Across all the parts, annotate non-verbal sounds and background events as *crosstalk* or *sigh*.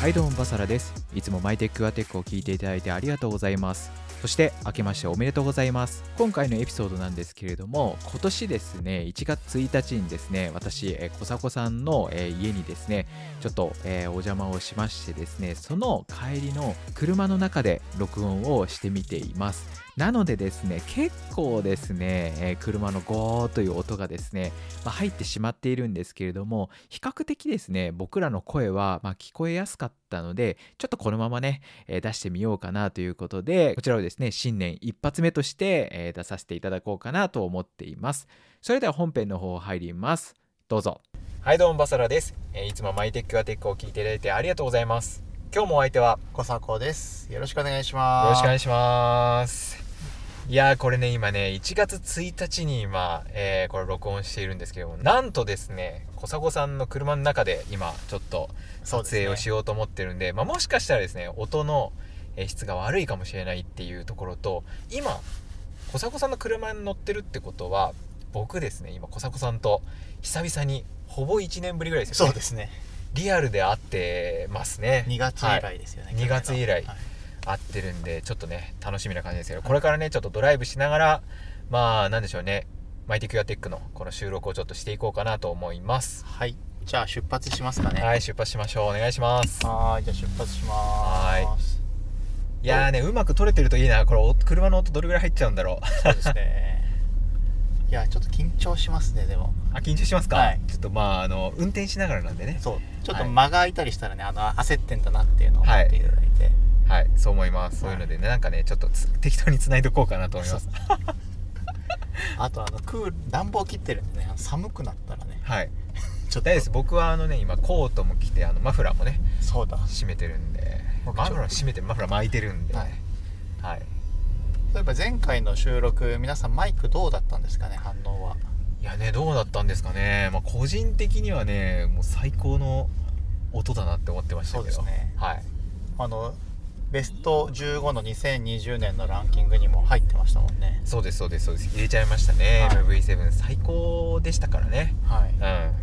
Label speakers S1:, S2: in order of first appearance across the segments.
S1: はいどうもバサラですいつもマイテックアテックを聞いていただいてありがとうございますそして明けましておめでとうございます今回のエピソードなんですけれども今年ですね1月1日にですね私えーコサコさんのえー家にですねちょっと、えーお邪魔をしましてですねその帰りの車の中で録音をしてみていますなのでですね結構ですね、えー車のゴーという音がですね、まあ、入ってしまっているんですけれども比較的ですね僕らの声は、まあ、聞こえやすかったのでちょっとこのままね、えー出してみようかなということでこちらをですね新年一発目として、えー出させていただこうかなと思っていますそれでは本編の方入りますどうぞはいどうもバサラです、いつもマイテックアテックを聞いていただいてありがとうございます今日もお相手は
S2: こさこです。よろしくお願いします。
S1: よろしくお願
S2: い
S1: いします。いやーこれね今ね1月1日に今、えーこれ録音しているんですけどもなんとですね小佐子さんの車の中で今ちょっと撮影をしようと思ってるんでまあ、もしかしたらですね音のえー質が悪いかもしれないっていうところと今小佐子さんの車に乗ってるってことは僕ですね今小佐子さんと久々にほぼ1年ぶりぐらいですよね
S2: そうですね。
S1: リアルで会ってますね
S2: 2月以来ですよね。
S1: はい2月以来
S2: はい
S1: 合ってるんでちょっとね楽しみな感じですけどこれからねちょっとドライブしながらまあなんでしょうねマイティクアテックのこの収録をちょっとしていこうかなと思います
S2: はい。じゃあ出発しますかね。
S1: はい出発しましょうお願いします
S2: はーい。じゃあ出発します。
S1: はーいやーねうまく撮れてるといいなこれお車の音どれぐらい入っちゃうんだろう *laughs*
S2: そうですね。 *laughs* いや、ちょっと緊張しますね、でも。
S1: あ緊張しますか、
S2: はい
S1: ちょっとまああの運転しながらなんでね
S2: そう。ちょっ
S1: は
S2: と
S1: い
S2: 間が空いたりしたらね、あの、焦ってんだなっていうのを思っていただいて。
S1: はいそう思いますそういうのでねなんかねちょっとつ適当に繋いどこうかなと思います
S2: そうあと、あの、クール、暖房切ってるんでね、あの寒くなったらね、
S1: はい
S2: ちょっと
S1: 大丈夫です僕はあのね今コートも着てあのマフラーもね
S2: そうだ。
S1: 閉めてるんで
S2: 僕ちょ
S1: マフラー閉めてマフラー巻いてるんで、
S2: はい
S1: はい
S2: 例えば前回の収録、皆さんマイクどうだったんですかね、反応は。
S1: いやねどうだったんですかね、まあ、個人的にはねもう最高の音だなって思ってましたけど
S2: そうですね
S1: はい、
S2: あのベスト15の2020年のランキングにも入ってましたもんね
S1: そうですそうですそうです入れちゃいましたね、
S2: はい
S1: MV7 最高でしたからね
S2: は
S1: うん
S2: い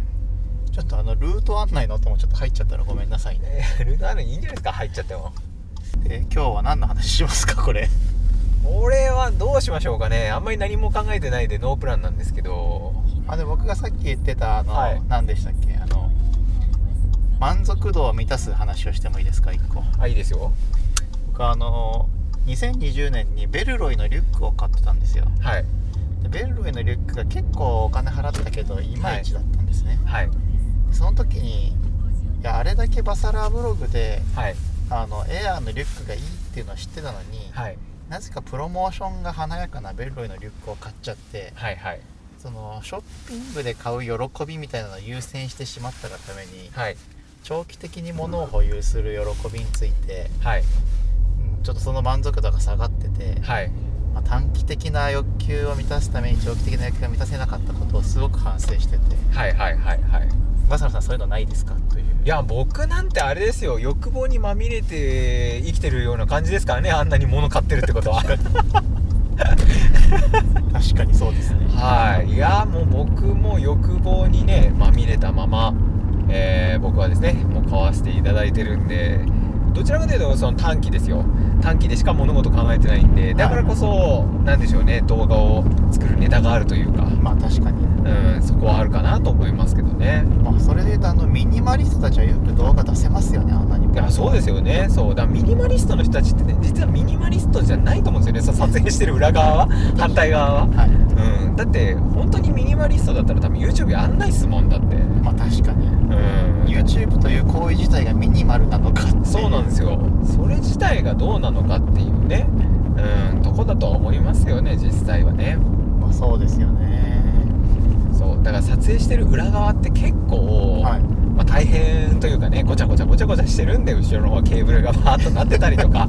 S2: ちょっとあのルート案内の音もちょっと入っちゃったらごめんなさいね
S1: えールナールいいんじゃないですか入っちゃっても
S2: で今日は何の話しますかこれ
S1: 俺はどうしましょうかねあんまり何も考えてないでノープランなんですけど
S2: あで僕がさっき言ってたあの、
S1: はい
S2: 何でしたっけあの満足度を満たす話をしてもいいですか1個
S1: あいいですよ
S2: 僕あの2020年にベルロイのリュックを買ってたんですよ
S1: はい
S2: でベルロイのリュックが結構お金払ったけどいまいちだったんですね、
S1: はい
S2: でその時にいやあれだけバサラーブログで
S1: はい
S2: あのエアーのリュックがいいっていうのは知ってたのに、
S1: はい
S2: なぜかプロモーションが華やかなベルロイのリュックを買っちゃって
S1: はいはい
S2: そのショッピングで買う喜びみたいなのを優先してしまったがために
S1: はい
S2: 長期的に物を保有する喜びについて、
S1: はい
S2: うんちょっとその満足度が下がってて、
S1: はい
S2: まあ短期的な欲求を満たすために長期的な欲求が満たせなかったことをすごく反省してて
S1: はいはいはいはい
S2: バサラさんそういうのないですかという
S1: いや僕なんてあれですよ欲望にまみれて生きてるような感じですからねあんなに物買ってるってことは
S2: 確かにそうですね
S1: はいいやもう僕も欲望にねまみれたまま、えー僕はですねもう買わせていただいてるんでどちらかというとその短期ですよ短期でしか物事考えてないんでだからこそ何でしょうね動画を作るネタがあるというか、
S2: まあ確かに
S1: うん、そこはあるかなと思いますけどね
S2: まあ、それで言うとあのミニマリストたちはよく動画出せますよねあんなに
S1: いやそうですよねそうだミニマリストの人たちってね実はミニマリストじゃないと思うんですよねさ撮影してる裏
S2: *laughs*
S1: 側は反対側は、
S2: はい
S1: うん、だって本当にミニマリストだったら多分 YouTube やんないっすもんだってうん
S2: まあ確かに YouTube という行為自体がミニマルなのかっていう
S1: そうなんですよそれ自体がどうなのかっていうねうんとこだとは思いますよね実際はね
S2: まあそうですよね
S1: そうだから撮影してる裏側って結構、
S2: はい
S1: まあ、大変というかねごちゃごちゃごちゃごちゃしてるんで後ろの方ケーブルがバーッとなってたりと
S2: *laughs*
S1: か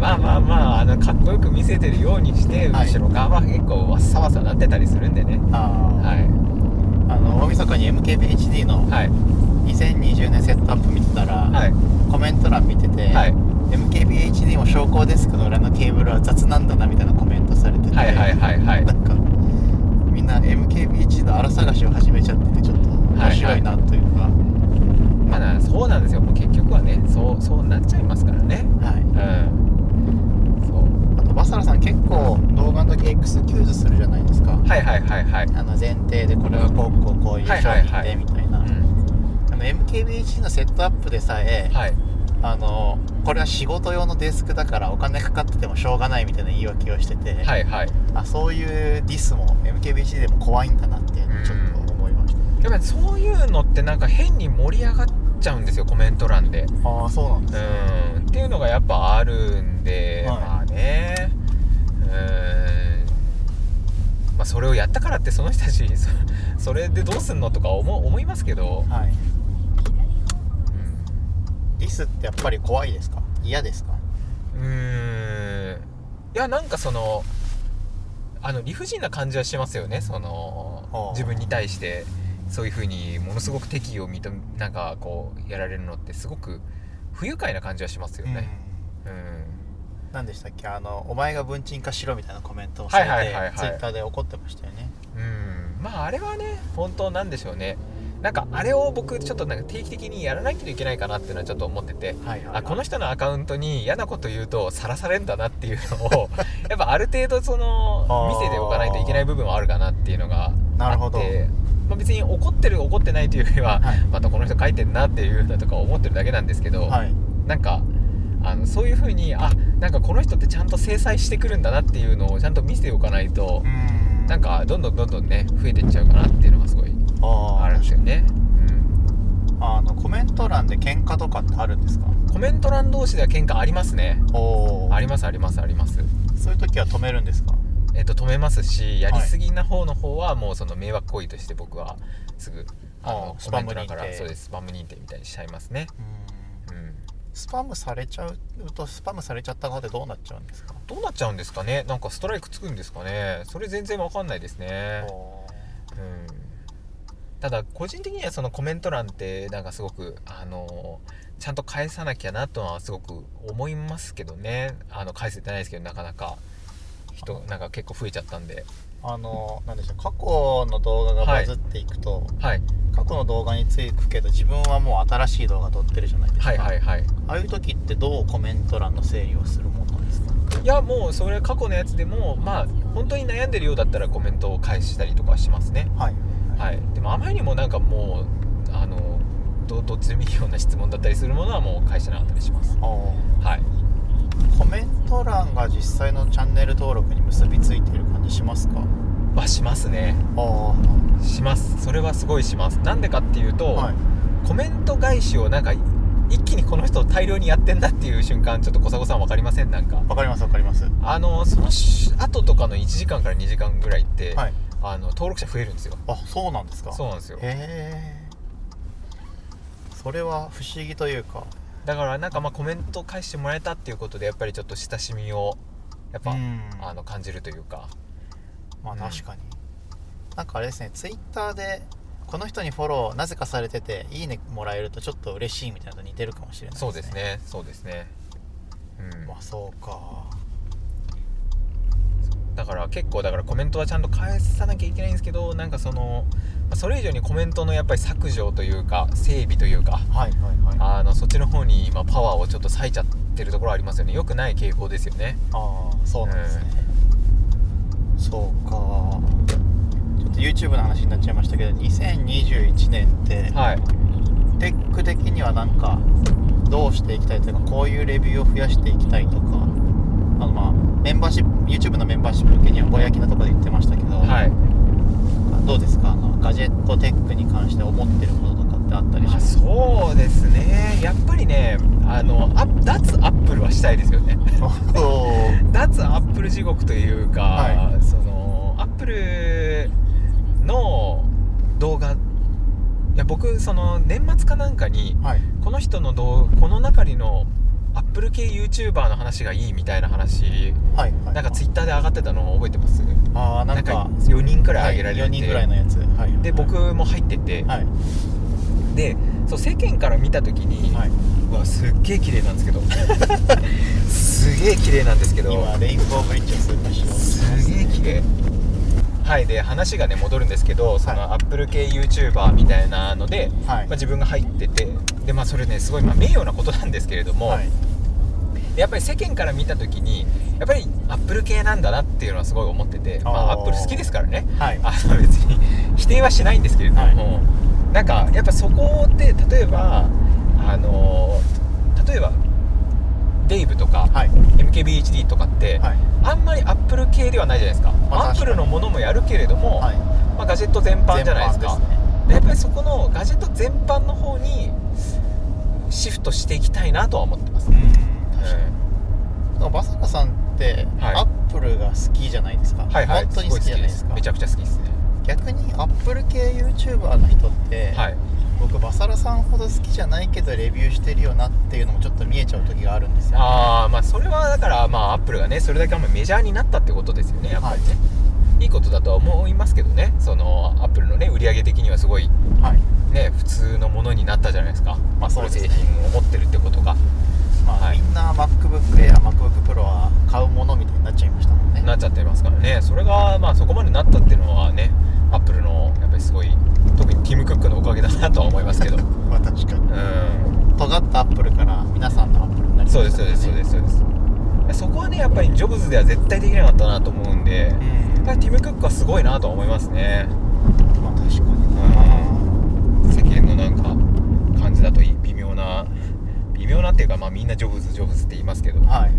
S1: まあまあまああのかっこよく見せてるようにして
S2: はい
S1: 後ろ側は結構わっさわさなってたりするんでね
S2: あ
S1: は
S2: ーあの大晦日に MKBHD の
S1: いはい
S2: 2020年セットアップ見てたら、
S1: はい
S2: コメント欄見てて、
S1: はい
S2: MKBHD も昇降デスクの裏のケーブルは雑なんだなみたいなコメントされてて、
S1: はいはいはいはい
S2: なんかみんな MKBHD の荒探しを始めちゃっててちょっと面白いなというか、
S1: まあなそうなんですよもう結局はねそうそうそうなっちゃいますからね
S2: はい
S1: うんそう
S2: あとバサラさん結構動画の時 X キューズするじゃないですか
S1: はいはいはいはい、
S2: あの前提でこれはこうこうこういう商品
S1: はいはいは
S2: で
S1: い
S2: みたいな、
S1: うん、
S2: あの MKBHD のセットアップでさえ、
S1: はい
S2: あのこれは仕事用のデスクだからお金かかっててもしょうがないみたいな言い訳をしてて、
S1: はいはい
S2: あそういうディスも MKBHD でも怖いんだなっていうのをちょっと思いました、
S1: やっぱりそういうのってなんか変に盛り上がっちゃうんですよコメント欄で
S2: ああそうなんです
S1: うんっていうのがやっぱあるんで、
S2: はい
S1: まあねうんまあそれをやったからってその人たちそそれでどうすんのとか思う思いますけど、
S2: はい
S1: うん
S2: ディスってやっぱり怖いですか嫌ですか
S1: うーんいやなんかそのあの理不尽な感じはしますよねそ
S2: は
S1: の
S2: あ
S1: 自分に対してそういうふうにものすごく敵意を認めなんかこうやられるのってすごく不愉快な感じはしますよね。うん、
S2: 何でしたっけあのお前が文鎮化しろみたいなコメントをされて、
S1: はいはいはいはい
S2: ツイッターで怒ってましたよね
S1: うんまああれはね本当なんでしょうねなんかあれを僕ちょっとなんか定期的にやらないといけないかなっていうのはちょっと思ってて。
S2: はいはい、
S1: あこの人のアカウントに嫌なこと言うとさらされんだなっていうの
S2: *laughs*
S1: をやっぱある程度その
S2: あー
S1: 見せておかないといけない部分はあるかなっていうのがあって
S2: なるほど
S1: まあ、別に怒ってる怒ってないというよりは、
S2: はい
S1: またこの人書いてんなっていうのとか思ってるだけなんですけど、
S2: はい
S1: なんかあのそういうふうにあなんかこの人ってちゃんと制裁してくるんだなっていうのをちゃんと見せておかないと
S2: う、ん
S1: なんかどんどんどんどんね増えていっちゃうかなっていうのがすごい
S2: あ
S1: あるんですよね。うん
S2: あのコメント欄で喧嘩とかってあるんですか
S1: コメント欄同士では喧嘩ありますね。
S2: お
S1: あ
S2: ー
S1: りますありますあります。
S2: そういう時は止めるんですか
S1: えっと、止めますしやりすぎな方の方はもうその迷惑行為として僕はすぐあ
S2: あ
S1: の
S2: あ
S1: コメント欄から
S2: スパム認定
S1: そうですスパム認定みたいにしちゃいますね、うん、
S2: スパムされちゃうとスパムされちゃった方ってどうなっちゃうんですか
S1: どうなっちゃうんですかねなんかストライクつくんですかねそれ全然わかんないですね、
S2: おー
S1: うん、ただ個人的にはそのコメント欄ってなんかすごくあのちゃんと返さなきゃなとはすごく思いますけどねあの返せてないですけどなかなか人なんか結構増えちゃったんで
S2: あのなんでしょう過去の動画がバズっていくと、
S1: はい
S2: 過去の動画につくけど自分はもう新しい動画撮ってるじゃないですか、
S1: はいはいはい
S2: ああいう時ってどうコメント欄の整理をするもんなんですか
S1: いやもうそれ過去のやつでもまあ本当に悩んでるようだったらコメントを返したりとかしますね
S2: はい
S1: はいでもあまりにもなんかもうあのどどっちでもいいような質問だったりするものはもう返してなかったりします
S2: お
S1: はい
S2: ーコメント欄が実際のチャンネル登録に結びついてる感じしますか
S1: まあしますね
S2: ああ
S1: しますそれはすごいしますなんでかっていうと、
S2: はい
S1: コメント返しをなんか一気にこの人大量にやってんだっていう瞬間ちょっと小佐子さん分かりませんなんか
S2: わかりますわかります
S1: あのそのし後とかの1時間から2時間ぐらいって、
S2: はい
S1: あの登録者増えるんですよ
S2: あそうなんですか
S1: そうなんですよ
S2: へえそれは不思議というか
S1: だからなんかまあコメント返してもらえたっていうことでやっぱりちょっと親しみをやっぱ、
S2: うん
S1: あの感じるというか
S2: まあ
S1: うん
S2: 確かに、なんかあれですねツイッターでこの人にフォローなぜかされてていいねもらえるとちょっと嬉しいみたいなのと似てるかもしれない
S1: そうですねそうですね、うん
S2: まあそうか
S1: だから結構だからコメントはちゃんと返さなきゃいけないんですけどなんかそのまあそれ以上にコメントのやっぱり削除というか整備というか
S2: はいはいはいあ
S1: あのそっちの方に今パワーをちょっと割いちゃってるところありますよね良くない傾向ですよね
S2: あーそうなんですね、そうかちょっと YouTube の話になっちゃいましたけど2021年って
S1: はい
S2: テック的にはなんかどうしていきたいというかこういうレビューを増やしていきたいとかあのまあメンバーシップ YouTube のメンバーシップ向けにはぼやきなとこで言ってましたけど、
S1: はい
S2: どうですかあのガジェットテックに関して思ってることとかってあったりし
S1: あ *laughs*
S2: ます
S1: そうですねやっぱりねあのあ脱アップルはしたいですよね *laughs* 脱アップル地獄というか、
S2: は
S1: そのアップルの動画いや僕その年末かなんかに
S2: はい
S1: この人の動この中にのアップル系 YouTuber の話がいいみたいな話
S2: はいはい
S1: なんかツイッターで上がってたのを覚えてます
S2: ああなんか
S1: 4人くらい上げられてて、
S2: 4人ぐらいのやつはいはいはい
S1: で僕も入ってて、
S2: はい
S1: でそう世間から見た時に、
S2: はいう
S1: わすっげえ綺麗なんですけどすげえ綺麗なんですけど
S2: 今レインボーブリッジを通過しようとしてます
S1: すげえ綺麗はいで話がね戻るんですけどその
S2: は
S1: アップル系 YouTuber みたいなので、
S2: は
S1: まあ、
S2: い
S1: 自分が入っててでまあそれねすごいまあ名誉なことなんですけれども、
S2: はい
S1: でやっぱり世間から見た時にやっぱりアップル系なんだなっていうのはすごい思っててまあ
S2: あ
S1: ア
S2: ー
S1: ップル好きですからね *laughs*
S2: はい
S1: あの別に否定はしないんですけれども、なんかやっぱそこで例えばあの例えばデイブとか、
S2: はい
S1: MKBHD とかって、
S2: はい
S1: あんまりアップル系ではないじゃないですか、
S2: まあ
S1: アップルのものもやるけれども、
S2: はい
S1: まあ、ガジェット全般じゃないですか
S2: 全般ね
S1: やっぱりそこのガジェット全般の方にシフトしていきたいなとは思ってます、
S2: うん確かにだからバサカさんって、
S1: はい
S2: アップルが好きじゃないですか、
S1: はいはい
S2: 本当に好きじゃないですか
S1: めちゃくちゃ好きですね
S2: 逆にアップル系 YouTuber の人って、
S1: はい
S2: 僕バサラさんほど好きじゃないけどレビューしてるよなっていうのもちょっと見えちゃう時があるんですよ、
S1: ああまあそれはだからまあアップルがねそれだけあんまメジャーになったってことですよねやっぱりね、い、いことだとは思いますけどねそのアップルのね売り上げ的にはすごい
S2: はい
S1: ね普通のものになったじゃないですかまあその製品を持ってるってことが、
S2: まあ
S1: はい
S2: みんな MacBookAirMacBookPro は買うものみたいになっちゃいましたもんね
S1: なっちゃってますからねそれがまあそこまでなったっていうのはねアップルのやっぱりすごい特にティム・クックのおかげだなとは思いますけ
S2: *laughs*
S1: どう
S2: まあ確かに
S1: ん
S2: 尖ったアップルから皆さんのアップルになりました
S1: そう
S2: ね
S1: ですそうですそうですそうですそこはねやっぱりジョブズでは絶対できなかったなと思うんで
S2: う
S1: や
S2: ん
S1: っぱりティム・クックはすごいなとは思いますね
S2: まあ確かに
S1: 世間のなんか感じだとい微妙な微妙なっていうかまあみんなジョブズジョブズって言いますけど
S2: はい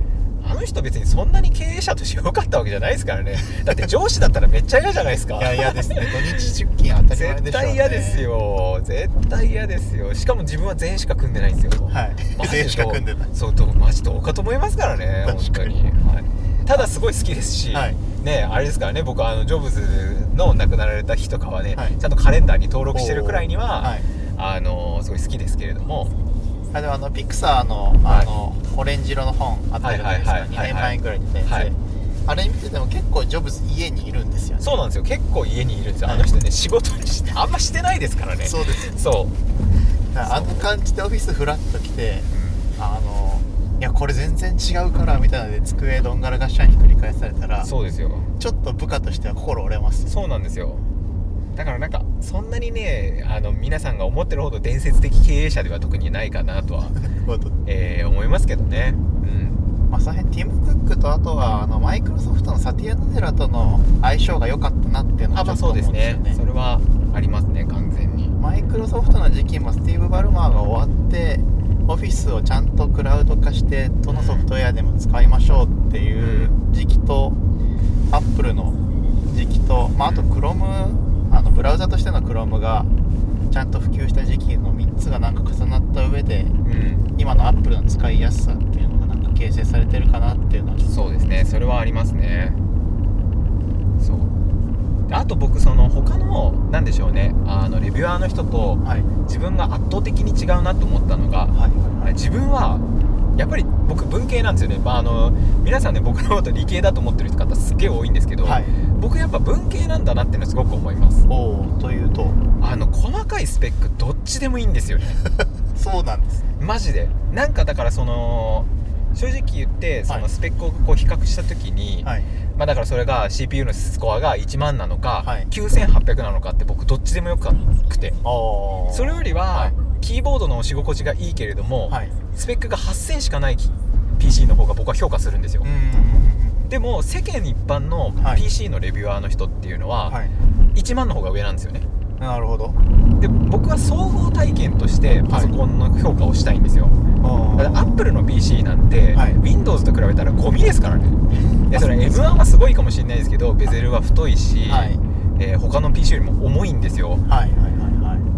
S1: あの人別にそんなに経営者として良かったわけじゃないですからねだって上司だったらめっちゃ嫌じゃないですか
S2: いや嫌ですね土日出勤当たり前
S1: 絶
S2: でしょう、ね、
S1: 対嫌ですよ絶対嫌ですよしかも自分は全員しか組んでないんですよ
S2: はい
S1: マジで
S2: 全しか組んでない
S1: そうどうマジどうかと思いますからね本
S2: 確
S1: 当
S2: か
S1: に
S2: に
S1: はい、ただすごい好きですし、
S2: はい
S1: ねあれですからね僕あのジョブズの亡くなられた日とかはね、
S2: はい
S1: ちゃんとカレンダーに登録してるくらいには、
S2: はい
S1: あのすごい好きですけれども
S2: あでもあのピクサーの
S1: はい
S2: あの、オレンジ色の本あったじゃないですか、
S1: はいはいはい
S2: 2年前ぐらいに出たやつ、
S1: はい
S2: あれ見てても結構ジョブズ家にいるんですよね
S1: そうなんですよ結構家にいるんですよ
S2: は
S1: あ
S2: い
S1: の人ね仕事にしてあんましてないですからね
S2: そうです
S1: そう、
S2: だからあの感じでオフィスフラッと来てあのいやこれ全然違うからみたいなので机どんがらがっしゃんひっくり返されたらちょ
S1: そうですよ
S2: っと部下としては心折れますよ
S1: そうなんですよだからなんかそんなにねあの皆さんが思ってるほど伝説的経営者では特にないかなとは、
S2: なるほど
S1: えー思いますけどねうん
S2: まあその辺ティム・クックとあとはあのマイクロソフトのサティア・ナデラとの相性が良かったなっていうの
S1: あまあ
S2: はちょっと
S1: そう
S2: 思うん
S1: で
S2: ですすよ
S1: ね
S2: ね,、
S1: それはありますね完全に
S2: マイクロソフトの時期もスティーブ・バルマーが終わってオフィスをちゃんとクラウド化してどのソフトウェアでも使いましょうっていう時期とアップルの時期と、まあ、あと Chrome あのブラウザとしての Chrome がちゃんと普及した時期の3つがなんか重なった上で
S1: うん
S2: 今のアップルの使いやすさっていうのがなんか形成されてるかなっていうのは
S1: そうですねそれはありますねそうであと僕その他のなんでしょうねあのレビュアーの人と
S2: はい
S1: 自分が圧倒的に違うなと思ったのが
S2: はいはい
S1: 自分はやっぱり僕文系なんですよね、まあ、あの皆さんね僕のこと理系だと思ってる方すっげえ多いんですけど、
S2: はい
S1: 僕やっぱ文系なんだなっていうのすごく思います
S2: おおというと
S1: あの細かいスペックどっちでもいいんですよね
S2: そうなんですね
S1: マジでなんかだからその正直言ってそ
S2: は
S1: の
S2: い
S1: スペックをこう比較した時に、
S2: はい
S1: まあだからそれが CPU のスコアが1万なのか、
S2: はい
S1: 9800なのかって僕どっちでもよくて
S2: ああ
S1: それよりは、
S2: はい
S1: キーボードの押し心地がいいけれども、
S2: はい
S1: スペックが8000しかないき PC の方が僕は評価するんですよ、
S2: ん
S1: でも世間一般の
S2: はい
S1: PC のレビュアーの人っていうのは
S2: はい
S1: 1万の方が上なんですよね
S2: なるほど
S1: で僕は総合体験としてパソコンの評価をしたいんですよ、
S2: あ
S1: だから Apple の PC なんて、
S2: はい
S1: Windows と比べたらゴミですからねいやそれ
S2: あそうです
S1: M1 はすごいかもしれないですけどベゼルは太いし、
S2: はい
S1: えー他の PC よりも重いんですよ
S2: はいはいは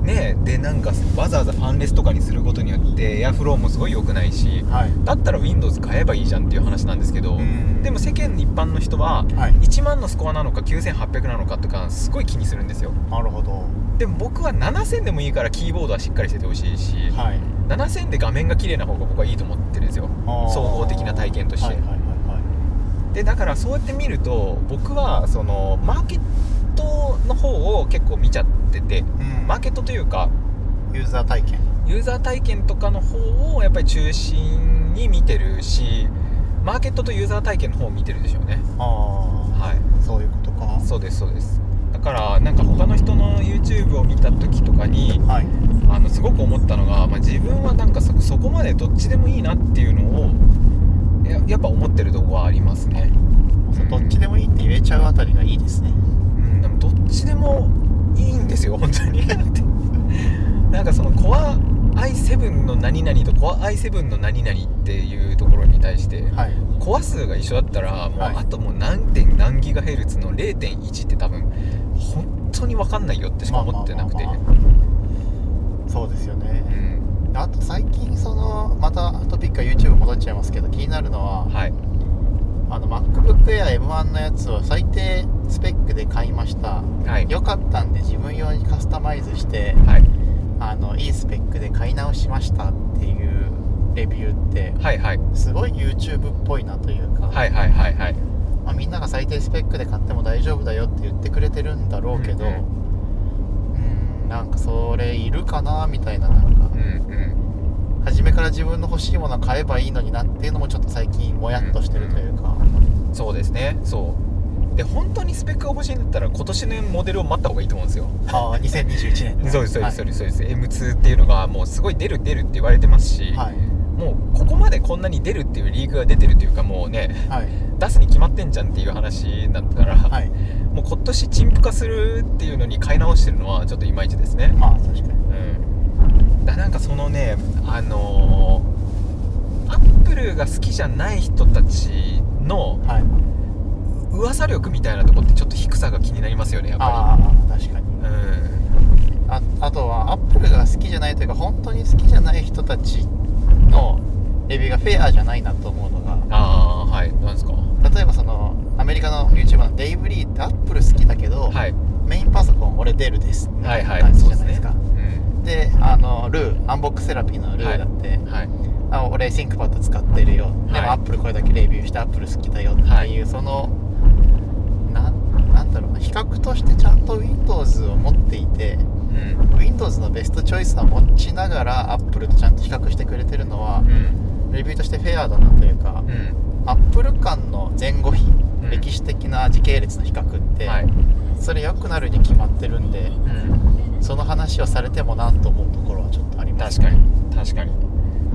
S1: ねでなんかわざわざファンレスとかにすることによってエアフローもすごい良くないし
S2: いはいはい
S1: だったら Windows 買えばいいじゃんっていう話なんですけど、
S2: うん
S1: でも世間一般の人は
S2: はい
S1: 1万のスコアなのか9800なのかとかすごい気にするんですよ
S2: なるほど
S1: でも僕は7000でもいいからキーボードはしっかりしててほしいし、
S2: はい
S1: 7000で画面が綺麗な方が僕はいいと思ってるんですよ
S2: あー
S1: 総合的な体験として
S2: はいはいはいは
S1: でだからそうやって見ると僕はそのマーケットの方を結構見ちゃってて
S2: いうん
S1: マーケットというか
S2: ユーザー体験
S1: ユーザー体験とかの方をやっぱり中心に見てるしマーケットとユーザー体験の方を見てるでしょうね
S2: ああ
S1: はい
S2: そういうことかか
S1: そうですそうですだからなんか他の人の YouTube を見た時とかに
S2: はい
S1: あのすごく思ったのが、まあ、自分はなんかそそこまでどっちでもいいなっていうのをややっぱ思ってるとこはありますね、
S2: どっちでもいいって言えちゃうあたりがいいですね
S1: うん、でもどっちでもいいんですよ本当に *laughs* なんかそのコア i7 の何々とコア i7 の何々っていうところに対して、
S2: はい
S1: コア数が一緒だったらもう
S2: はい
S1: あともう何点何ギガヘルツの0.1って多分本当に分かんないよってしか思ってなくて
S2: まあまあそうですよ
S1: う
S2: ね
S1: ん
S2: あと最近そのまたトピックは YouTube 戻っちゃいますけど気になるのは
S1: はい
S2: あの MacBook Air M1 のやつを最低スペックで買いました
S1: はい
S2: 良かったんで自分用にカスタマイズして
S1: はい
S2: あのいいスペックで買い直しましたっていうレビューって
S1: はいはい
S2: すごい YouTube っぽいなというか、
S1: はいはいはいはい
S2: まあ、みんなが最低スペックで買っても大丈夫だよって言ってくれてるんだろうけど、
S1: う
S2: うんん、
S1: うん
S2: なんかそれいるかなみたいななんか
S1: うんうん
S2: 初めから自分の欲しいものは買えばいいのになっていうのもちょっと最近もやっとしてるというか、
S1: そうですねそうで本当にスペックが欲しいんだったら今年のモデルを待った方がいいと思うんですよ
S2: ああ2021
S1: *laughs*
S2: 年
S1: そうですそう
S2: は
S1: で
S2: い
S1: すそうですそうです、M2 っていうのがもうすごい出る出るって言われてますし、
S2: はい
S1: もうここまでこんなに出るっていうリークが出てるというかもうね
S2: はい
S1: 出すに決まってんじゃんっていう話だったら、
S2: はい
S1: もう今年陳腐化するっていうのに買い直してるのはちょっといまいちですね
S2: まあ確かに
S1: うんだなんかそのねあのーアップルが好きじゃない人たちの
S2: はい
S1: 噂力みたいなとこってちょっと低さが気になりますよねやっぱ
S2: ああ確かに
S1: りうん
S2: ああとはアップルが好きじゃないというか本当に好きじゃない人たちのレビューがフェアじゃないなと思うのが
S1: ああはいなんですか
S2: 例えばそのアメリカの YouTuber のデイブ・リーってアップル好きだけど、
S1: はい
S2: メインパソコン俺デルですみた
S1: はい
S2: い
S1: は
S2: ない感じ
S1: そう
S2: じ
S1: で
S2: ゃ
S1: す
S2: ないで
S1: ね
S2: すか、であのルーアンボックスセラピーのルーだって、
S1: うんはい
S2: あ俺 ThinkPad 使ってるよ、
S1: は
S2: で
S1: い
S2: もアップルこれだけレビューしてアップル好きだよっていう、
S1: はい
S2: そのなんなんだろうな比較としてちゃんと Windows を持っていて
S1: うん
S2: Windows のベストチョイスは持ちながら Apple とちゃんと比較してくれてるのは
S1: うん
S2: レビューとしてフェアだなというか
S1: うん
S2: Apple 間の前後比
S1: うん
S2: 歴史的な時系列の比較って
S1: はい
S2: それ良くなるに決まってるんで
S1: うん
S2: その話をされてもなと思うところはちょっとあります
S1: 確かに確かに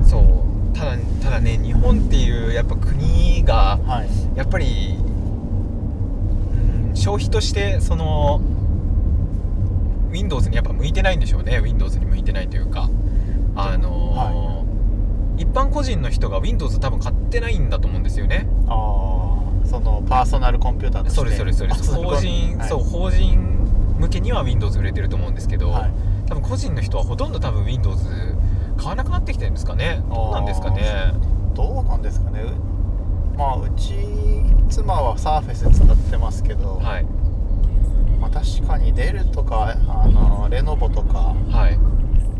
S1: そうただただね日本っていうやっぱ国が
S2: はい
S1: やっぱり、うん、消費としてその Windows にやっぱ向いてないんでしょうね Windows に向いてないというかあのー一般個人の人が Windows 多分買ってないんだと思うんですよね
S2: ああそのパーソナルコンピューターとして
S1: そうですそうですそうです
S2: パーソナル
S1: 法
S2: コンピュー
S1: 人、
S2: ター
S1: そう法人向けには Windows 売れてると思うんですけど、
S2: はい
S1: 多分個人の人はほとんど多分 Windows 買わなくなってきてるんですかねどうなんですかね
S2: どうなんですかねうまあうち妻は Surface 使ってますけど、
S1: はい
S2: まあ、確かにデルとかあのレノボとか
S1: はい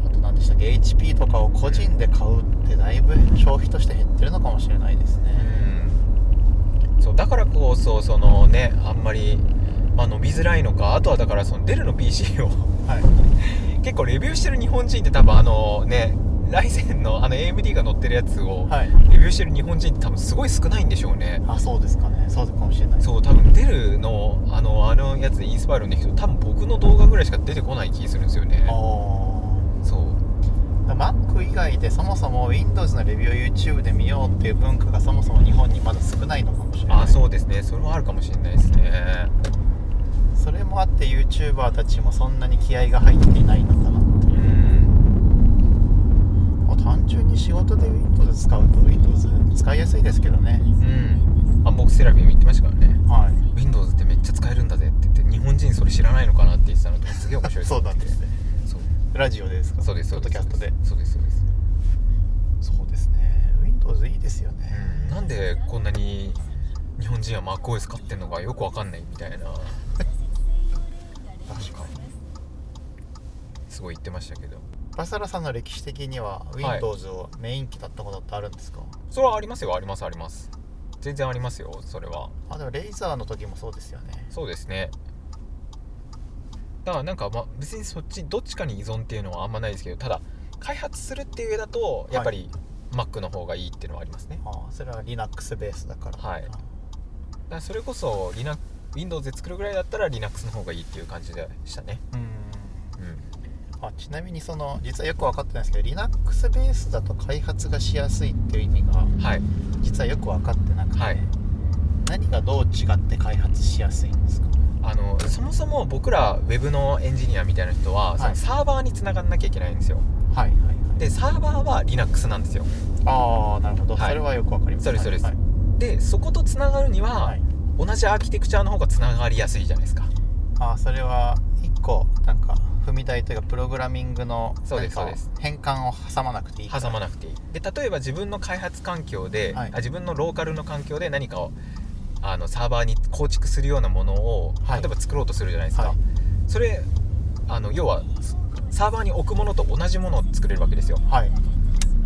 S2: あと何でしたっけ HP とかを個人で買うってだいぶ消費として減ってるのかもしれないですね
S1: うんそうだからこそそのねあんまり、まあ、伸びづらいのかあとはだからそのデルの PC を *laughs*
S2: はい
S1: 結構レビューしてる日本人って多分あのねライゼンのあの AMD が乗ってるやつを
S2: はい
S1: レビューしてる日本人って多分すごい少ないんでしょうね
S2: あそうですかねそうかもしれない
S1: そう多分デルのあのあのやつでインスパイアの人多分僕の動画ぐらいしか出てこない気するんですよね
S2: あー
S1: そう
S2: だから Mac 以外でそもそも Windows のレビューを YouTube で見ようっていう文化がそもそも日本にまだ少ないのかもしれない
S1: あそうですねそれはあるかもしれないですね
S2: それもあって YouTuber たちもそんなに気合が入っていないのかなって
S1: う
S2: いうんまあ単純に仕事で Windows 使うと Windows 使いやすいですけどね
S1: うんアンボックスセラピーも言ってましたからね
S2: はい
S1: Windows ってめっちゃ使えるんだぜって言って日本人それ知らないのかなって言ってたのとかすげえ面白い
S2: そうなんですね
S1: そう
S2: ラジオでですか
S1: そうですそ
S2: ポ
S1: う
S2: ッド
S1: です
S2: キャストで
S1: そうですそうです
S2: そうですね Windows いいですよね
S1: うんなんでこんなに日本人は MacOS 買ってんのかよくわかんないみたいな
S2: 確かに
S1: すごい言ってましたけど
S2: バサラさんの歴史的には Windows をメイン機だったことってあるんですか、
S1: それはありますよありますあります全然ありますよそれは
S2: あでもレイザーの時もそうですよね
S1: そうですねだからなんかまあ別にそっちどっちかに依存っていうのはあんまないですけどただ開発するっていう上だとやっぱり Mac の方がいいっていうのはありますね
S2: ああそれは Linux ベースだから
S1: はいだからそれこそ Linux Windows で作るぐらいだったら Linux の方がいいっていう感じでしたね
S2: うん
S1: うん
S2: あちなみにその実はよく分かってないんですけど Linux ベースだと開発がしやすいっていう意味が
S1: はい
S2: 実はよく分かってなくて、
S1: はい
S2: 何がどう違って開発しやすいんですか
S1: あのそもそも僕ら Web のエンジニアみたいな人は、そ
S2: は
S1: の
S2: い
S1: サーバーに繋がんなきゃいけないんですよ
S2: はいはいはい
S1: でサーバーは Linux なんですよ
S2: ああなるほど、
S1: はい
S2: それはよく分かります
S1: そうですそうです
S2: はい
S1: でそこと繋がるには、
S2: はい
S1: 同じアーキテクチャの方が繋がりやすいじゃないですか
S2: ああそれは一個なんか踏み台というかプログラミングの
S1: そうです
S2: なんか
S1: そう
S2: 変換を挟まなくていい
S1: 挟ま
S2: な
S1: なくていいで例えば自分の開発環境で、
S2: はい
S1: あ自分のローカルの環境で何かをあのサーバーに構築するようなものを、
S2: はい
S1: 例えば作ろうとするじゃないですか、
S2: はい
S1: それあの要はサーバーに置くものと同じものを作れるわけですよ
S2: はい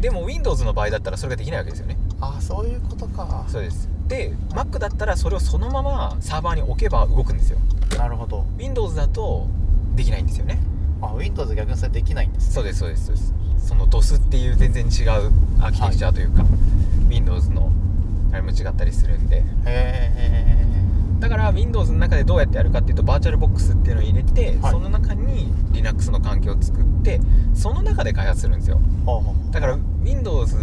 S1: でも Windows の場合だったらそれができないわけですよね
S2: ああそういうことか
S1: そうですで Mac だったらそれをそのままサーバーに置けば動くんですよ
S2: なるほど
S1: Windows だとできないんですよね
S2: あ Windows 逆にそれできないんです
S1: そうですそうですそうですその DOS っていう全然違うアーキテクチャというか、Windows のあれも違ったりするんで
S2: へえ
S1: だから Windows の中でどうやってやるかっていうとバーチャルボックスっていうのを入れて、
S2: はい
S1: その中に Linux の環境を作ってその中で開発するんですよ
S2: ほうほうほう
S1: だから Windows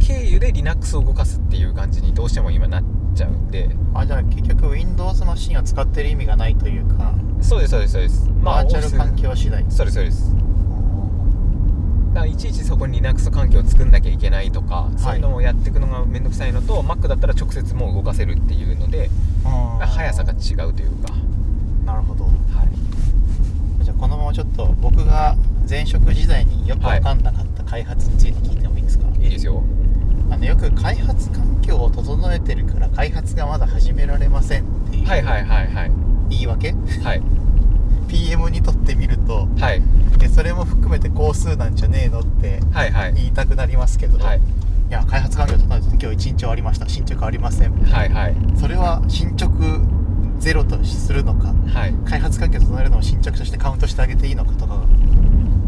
S1: 経由で Linux を動かすっていう感じにどうしても今なっちゃうんで
S2: あじゃあ結局 Windows マシンを使ってる意味がないというか、
S1: そうですそうですそうです
S2: バーチャル環境次第
S1: そうですそうですだからいちいちそこに Linux 環境を作んなきゃいけないとか、そういうのをやっていくのがめんどくさいのと Mac だったら直接もう動かせるっていうので速さが違うというか、
S2: なるほど
S1: はい、
S2: じゃあこのままちょっと僕が前職時代によく分かんなかった開発について聞いてもいいですか、
S1: いいですよ
S2: あのよく開発環境を整えてるから開発がまだ始められませんっていう
S1: はいはいはいはい
S2: 言い訳、
S1: はい
S2: PM にとってみると
S1: はい
S2: えそれも含めて工数なんじゃねえのって
S1: はいはい
S2: 言いたくなりますけど、
S1: はい
S2: い、や開発環境整えて今日一日終わりました進捗ありません
S1: はいはい
S2: それは進捗ゼロとするのか
S1: はい
S2: 開発環境を整えるのを進捗としてカウントしてあげていいのかとか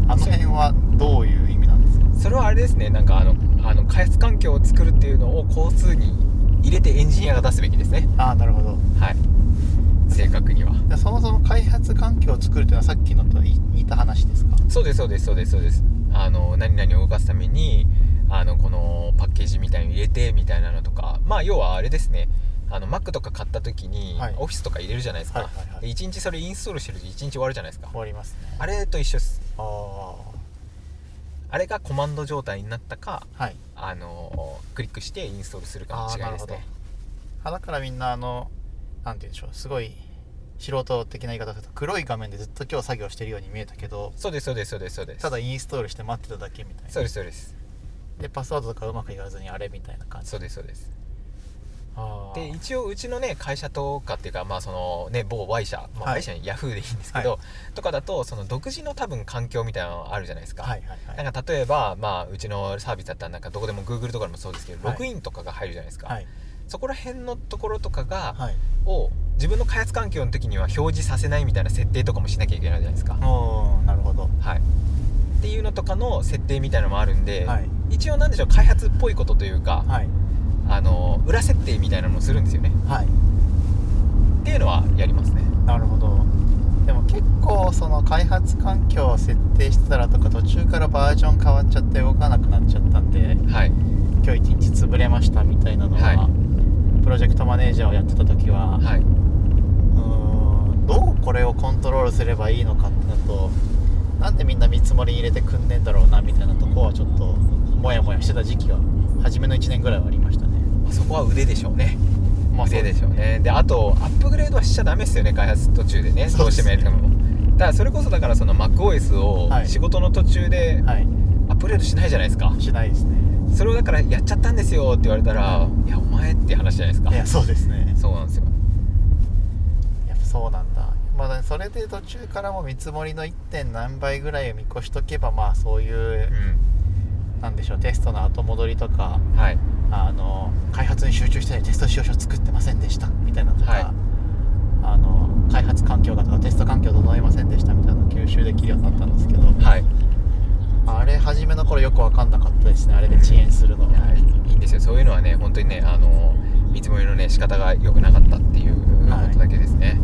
S2: あの辺はどういう意味なんですか
S1: それはあれですねなんかあのあの開発環境を作るっていうのを工数に入れてエンジニアが出すべきですね
S2: ああなるほど
S1: はい正確には
S2: でそもそも開発環境を作るというのはさっきのとい似た話ですか
S1: そうですそうですそうですそうですあの何々を動かすためにあのこのパッケージみたいに入れてみたいなのとかまあ要はあれですねあの Mac とか買った時に、
S2: はい
S1: オフィスとか入れるじゃないですか、
S2: はいはいはい
S1: で1日それインストールしてると1日終わるじゃないですか
S2: 終わりますね
S1: あれと一緒です
S2: ああ
S1: あれがコマンド状態になったか
S2: はい
S1: あのクリックしてインストールするかの違いですね
S2: あだからみんなあのなんて言うんでしょうすごい素人的な言い方をすると黒い画面でずっと今日作業してるように見えたけど
S1: そうですそうですそうですそうです
S2: ただインストールして待ってただけみたいな
S1: そうですそうです
S2: でパスワードとかうまくいかずにあれみたいな感じ
S1: そうですそうです
S2: あー
S1: で一応うちのね会社とかっていうかまあそのね某 Y 社、まあ、
S2: はい
S1: Y 社にヤフーでいいんですけど、
S2: は
S1: とかだとその独自の多分環境みたいなのあるじゃないですか、
S2: はいはいはい
S1: なんか例えば、まあ、うちのサービスだったらなんかどこでも Google とかでもそうですけど、
S2: はい
S1: ログインとかが入るじゃないですか、
S2: はい
S1: そこら辺のところとかが、
S2: はい
S1: を自分の開発環境の時には表示させないみたいな設定とかもしなきゃいけないじゃないですか、
S2: おーなるほど
S1: はいっていうのとかの設定みたいなのもあるんで、
S2: はい
S1: 一応なんでしょう開発っぽいことというか、
S2: はい
S1: あの裏設定みたいなのもするんですよね
S2: はい
S1: っていうのはやりますね
S2: なるほどでも結構その開発環境を設定してたらとか途中からバージョン変わっちゃって動かなくなっちゃったんで
S1: はい
S2: 今日一日潰れましたみたいなのは、
S1: は
S2: プロジェクトマネージャーをやってた時は、
S1: はいう
S2: ーんどうこれをコントロールすればいいのかってなとなんでみんな見積もり入れてくんねえんだろうなみたいなとこはちょっとモヤモヤしてた時期は初めの1年ぐらいはありましたね
S1: そこは腕でしょうね
S2: まあ
S1: 腕でし
S2: ょ
S1: ょうねであとアップグレードはしちゃダメですよね開発途中でね
S2: そ
S1: ど
S2: う
S1: う
S2: で
S1: して
S2: す
S1: も
S2: ね
S1: やりたくもだからそれこそだからその MacOS を
S2: はい
S1: 仕事の途中で
S2: はい
S1: アップグレードしないじゃないですか、
S2: しないですね
S1: それをだからやっちゃったんですよって言われたらいやお前って話じゃないですか
S2: いやそうですね
S1: そうなんですよ
S2: やっぱそうなんだまあそれで途中からも見積もりの 1. 点何倍ぐらいを見越しとけばまあそういう、なんでしょうテストの後戻りとか
S1: うんはい
S2: あの開発に集中してないテスト使用書作ってませんでしたみたいなのとか、
S1: はい
S2: あの開発環境がとかテスト環境整えませんでしたみたいなのを吸収できるようになったんですけど
S1: はい
S2: あれ初めの頃よく分かんなかったですねあれで遅延するの
S1: いやいいんですよそういうのはね本当にねあの見積もりのね仕方が良くなかったっていういうことだけですね、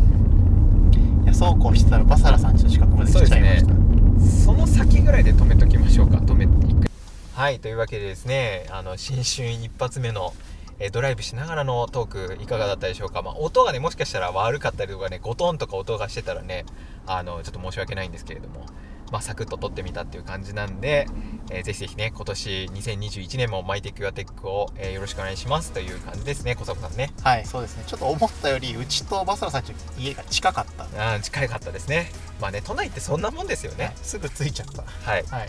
S2: いやそうこうしてたらバサラさんちの近くまで来ちゃいまし
S1: そ
S2: た、
S1: その先ぐらいで止めときましょうか止め一回はいというわけでですねあの新春一発目のえードライブしながらのトークいかがだったでしょうか、まあ、音がねもしかしたら悪かったりとかねゴトンとか音がしてたらねあのちょっと申し訳ないんですけれども、まあ、サクッと撮ってみたっていう感じなんで、えーぜひぜひね今年2021年もマイテックアテックを、えーよろしくお願いしますという感じですね小坂さんね
S2: はいそうですねちょっと思ったよりうちとバサラさんちの家が近かったんで、
S1: あー近かったですねまあね都内ってそんなもんですよね
S2: ね、すぐ着いちゃった
S1: はい
S2: はい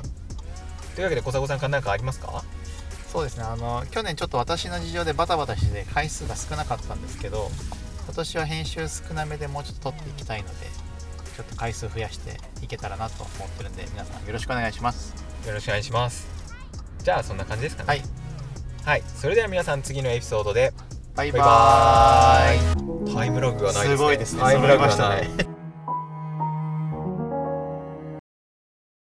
S1: というわけで小迫さんから何かありますか
S2: そうですねあの去年ちょっと私の事情でバタバタして回数が少なかったんですけど今年は編集少なめでもうちょっと撮っていきたいのでちょっと回数増やしていけたらなと思ってるんで皆さんよろしくお願いします
S1: よろしくお願いしますじゃあそんな感じですかね
S2: はい
S1: はい、それでは皆さん次のエピソードで
S2: バイバ
S1: バイバ
S2: ーイ
S1: タイムラグがないですね
S2: すごいですね
S1: タイムラグが
S2: 揃
S1: ないい
S2: ましたね